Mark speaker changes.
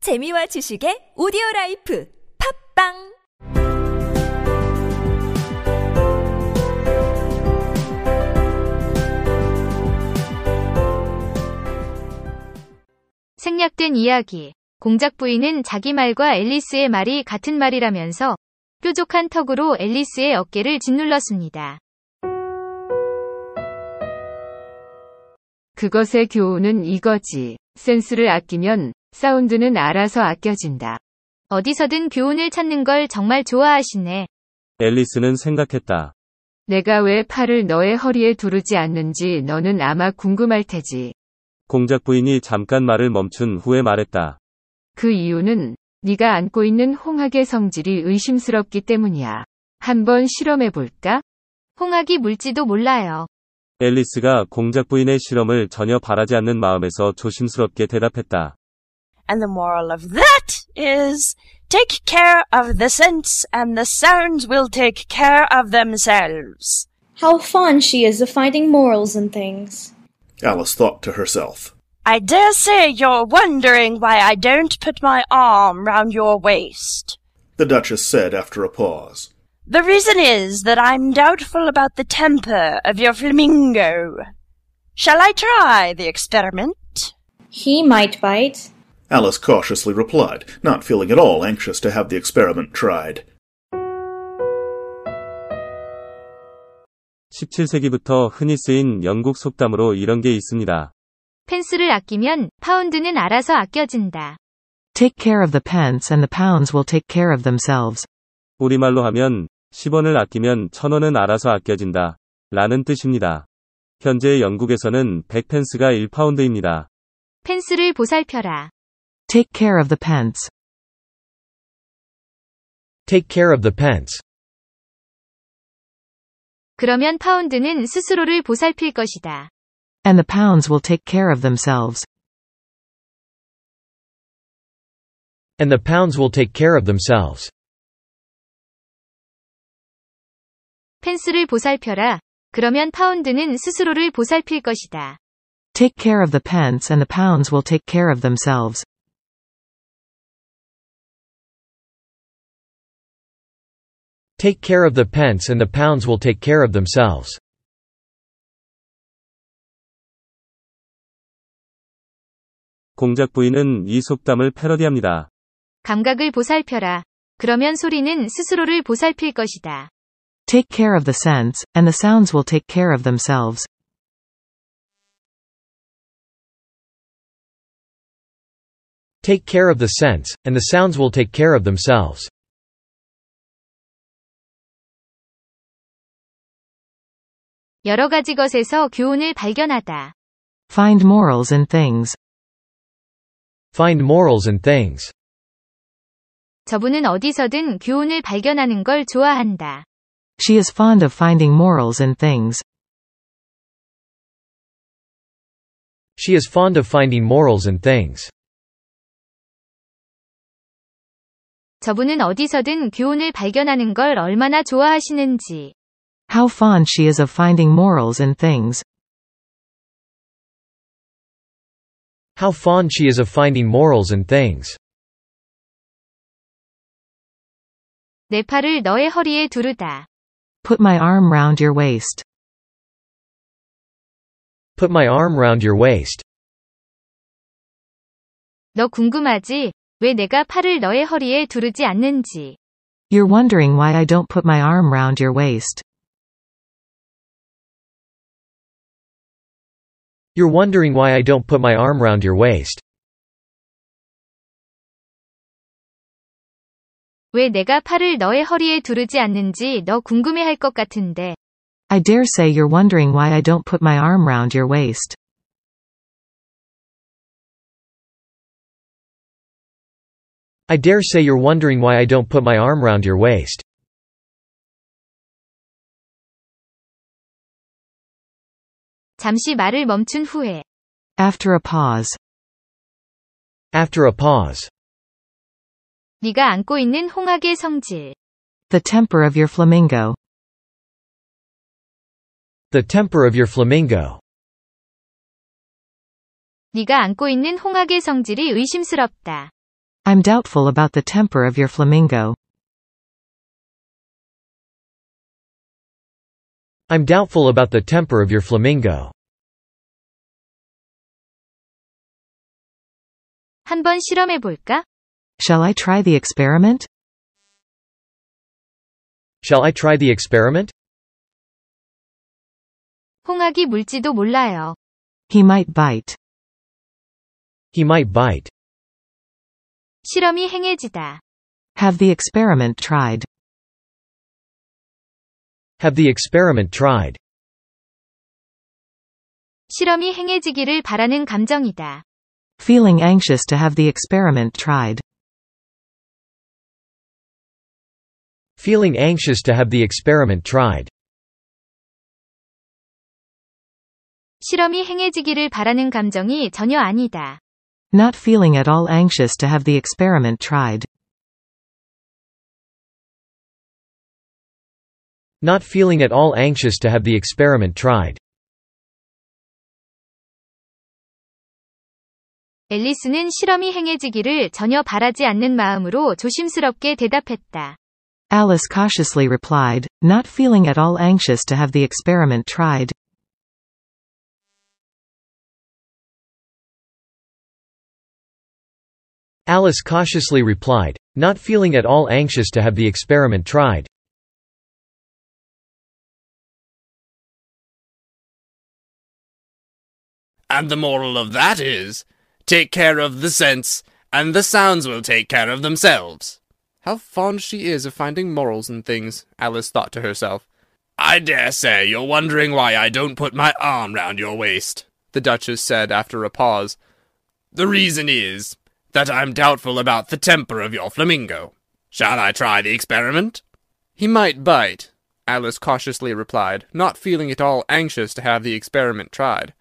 Speaker 1: 재미와 지식의 오디오 라이프 팝빵
Speaker 2: 생략된 이야기. 공작 부인은 자기 말과 앨리스의 말이 같은 말이라면서 뾰족한 턱으로 앨리스의 어깨를 짓눌렀습니다.
Speaker 3: 그것의 교훈은 이거지. 센스를 아끼면 사운드는 알아서 아껴진다.
Speaker 2: 어디서든 교훈을 찾는 걸 정말 좋아하시네.
Speaker 4: 앨리스는 생각했다.
Speaker 3: 내가 왜 팔을 너의 허리에 두르지 않는지 너는 아마 궁금할 테지.
Speaker 4: 공작 부인이 잠깐 말을 멈춘 후에 말했다.
Speaker 3: 그 이유는 네가 안고 있는 홍학의 성질이 의심스럽기 때문이야. 한번 실험해 볼까?
Speaker 2: 홍학이 물지도 몰라요.
Speaker 4: 앨리스가 공작 부인의 실험을 전혀 바라지 않는 마음에서 조심스럽게 대답했다.
Speaker 5: And the moral of that is take care of the sense and the sounds will take care of themselves.
Speaker 6: How fond she is of finding morals in things.
Speaker 7: Alice thought to herself.
Speaker 5: I dare say you're wondering why I don't put my arm round your waist.
Speaker 7: The Duchess said after a pause.
Speaker 5: The reason is that I'm doubtful about the temper of your flamingo. Shall I try the experiment?
Speaker 6: He might bite.
Speaker 7: Alice cautiously replied, not feeling at all anxious to have the experiment tried.
Speaker 4: 17세기부터 흔히 쓰인 영국 속담으로 이런 게 있습니다.
Speaker 2: 펜스를 아끼면 파운드는 알아서 아껴진다.
Speaker 8: Take care of the pence and the pounds will take care of themselves.
Speaker 4: 우리말로 하면 10원을 아끼면 1000원은 알아서 아껴진다. 라는 뜻입니다. 현재 영국에서는 100펜스가 1파운드입니다.
Speaker 2: 펜스를 보살펴라.
Speaker 8: Take care of the pence.
Speaker 9: Take care of the pence.
Speaker 2: 그러면 파운드는 스스로를 보살필 것이다.
Speaker 8: And the pounds will take care of themselves.
Speaker 9: And the pounds will take care of themselves.
Speaker 2: 펜스를 보살펴라. 그러면 파운드는 스스로를 보살필 것이다.
Speaker 8: Take care of the pence and the pounds will take care of themselves.
Speaker 9: Take care of the pence and the pounds will take care of themselves.
Speaker 4: 공작 부인은 이 속담을 패러디합니다.
Speaker 2: 감각을 보살펴라. 그러면 소리는 스스로를 보살필 것이다.
Speaker 8: Take care of the sense, and the sounds will take care of themselves.
Speaker 9: Take care of the sense, and the sounds will take care of themselves.
Speaker 2: 여러 가지 것에서 교훈을 발견하다.
Speaker 8: Find morals in things.
Speaker 9: Find morals in things.
Speaker 2: 저분은 어디서든 교훈을 발견하는 걸 좋아한다.
Speaker 8: She is fond of finding morals in things.
Speaker 9: She is fond of finding morals in things.
Speaker 2: 저분은 어디서든 교훈을 발견하는 걸 얼마나 좋아하시는지.
Speaker 8: How fond she is of finding morals in things.
Speaker 9: How fond she is of finding morals in things.
Speaker 2: 내 팔을 너의 허리에 두르다.
Speaker 8: Put my arm round your waist.
Speaker 9: Put my arm round your waist.
Speaker 2: 너 궁금하지? 왜 내가 팔을 너의 허리에 두르지 않는지.
Speaker 8: You're wondering why I don't put my arm round your waist.
Speaker 9: You're wondering why I don't put my arm round your waist.
Speaker 2: 왜 내가 팔을 너의 허리에 두르지 않는지 너 궁금해할 것 같은데.
Speaker 8: I dare say you're wondering why I don't put my arm round your waist.
Speaker 9: I dare say you're wondering why I don't put my arm round your waist.
Speaker 2: 잠시 말을 멈춘 후에.
Speaker 8: After a pause.
Speaker 9: After a pause.
Speaker 2: 네가 안고 있는 홍학의 성질.
Speaker 8: The temper of your flamingo.
Speaker 9: The temper of your flamingo.
Speaker 2: 네가 안고 있는 홍학의 성질이 의심스럽다.
Speaker 8: I'm doubtful about the temper of your flamingo.
Speaker 9: I'm doubtful about the temper of your flamingo.
Speaker 2: 한번 실험해 볼까?
Speaker 8: Shall I try the experiment?
Speaker 9: Shall I try the experiment?
Speaker 2: 홍학이 물지도 몰라요.
Speaker 8: He might bite.
Speaker 9: He might bite.
Speaker 2: 실험이 행해지다.
Speaker 8: Have the experiment tried.
Speaker 9: Have the experiment tried.
Speaker 2: 실험이 행해지기를 바라는 감정이다.
Speaker 8: Feeling anxious to have the experiment tried.
Speaker 9: Feeling anxious to have the experiment tried.
Speaker 2: 실험이 행해지기를 바라는 감정이 전혀 아니다.
Speaker 8: Not feeling at all anxious to have the experiment tried.
Speaker 9: Not feeling at all anxious to have the experiment tried.
Speaker 2: 앨리스는 실험이 행해지기를 전혀 바라지 않는 마음으로 조심스럽게 대답했다.
Speaker 8: Alice cautiously replied, not feeling at all anxious to have the experiment tried.
Speaker 9: Alice cautiously replied, not feeling at all anxious to have the experiment tried.
Speaker 10: And the moral of that is take care of the sense, and the sounds will take care of themselves. How fond she is of finding morals in things, Alice thought to herself. I dare say you're wondering why I don't put my arm round your waist, the Duchess said after a pause. The reason is that I'm doubtful about the temper of your flamingo. Shall I try the experiment? He might bite, Alice cautiously replied, not feeling at all anxious to have the experiment tried.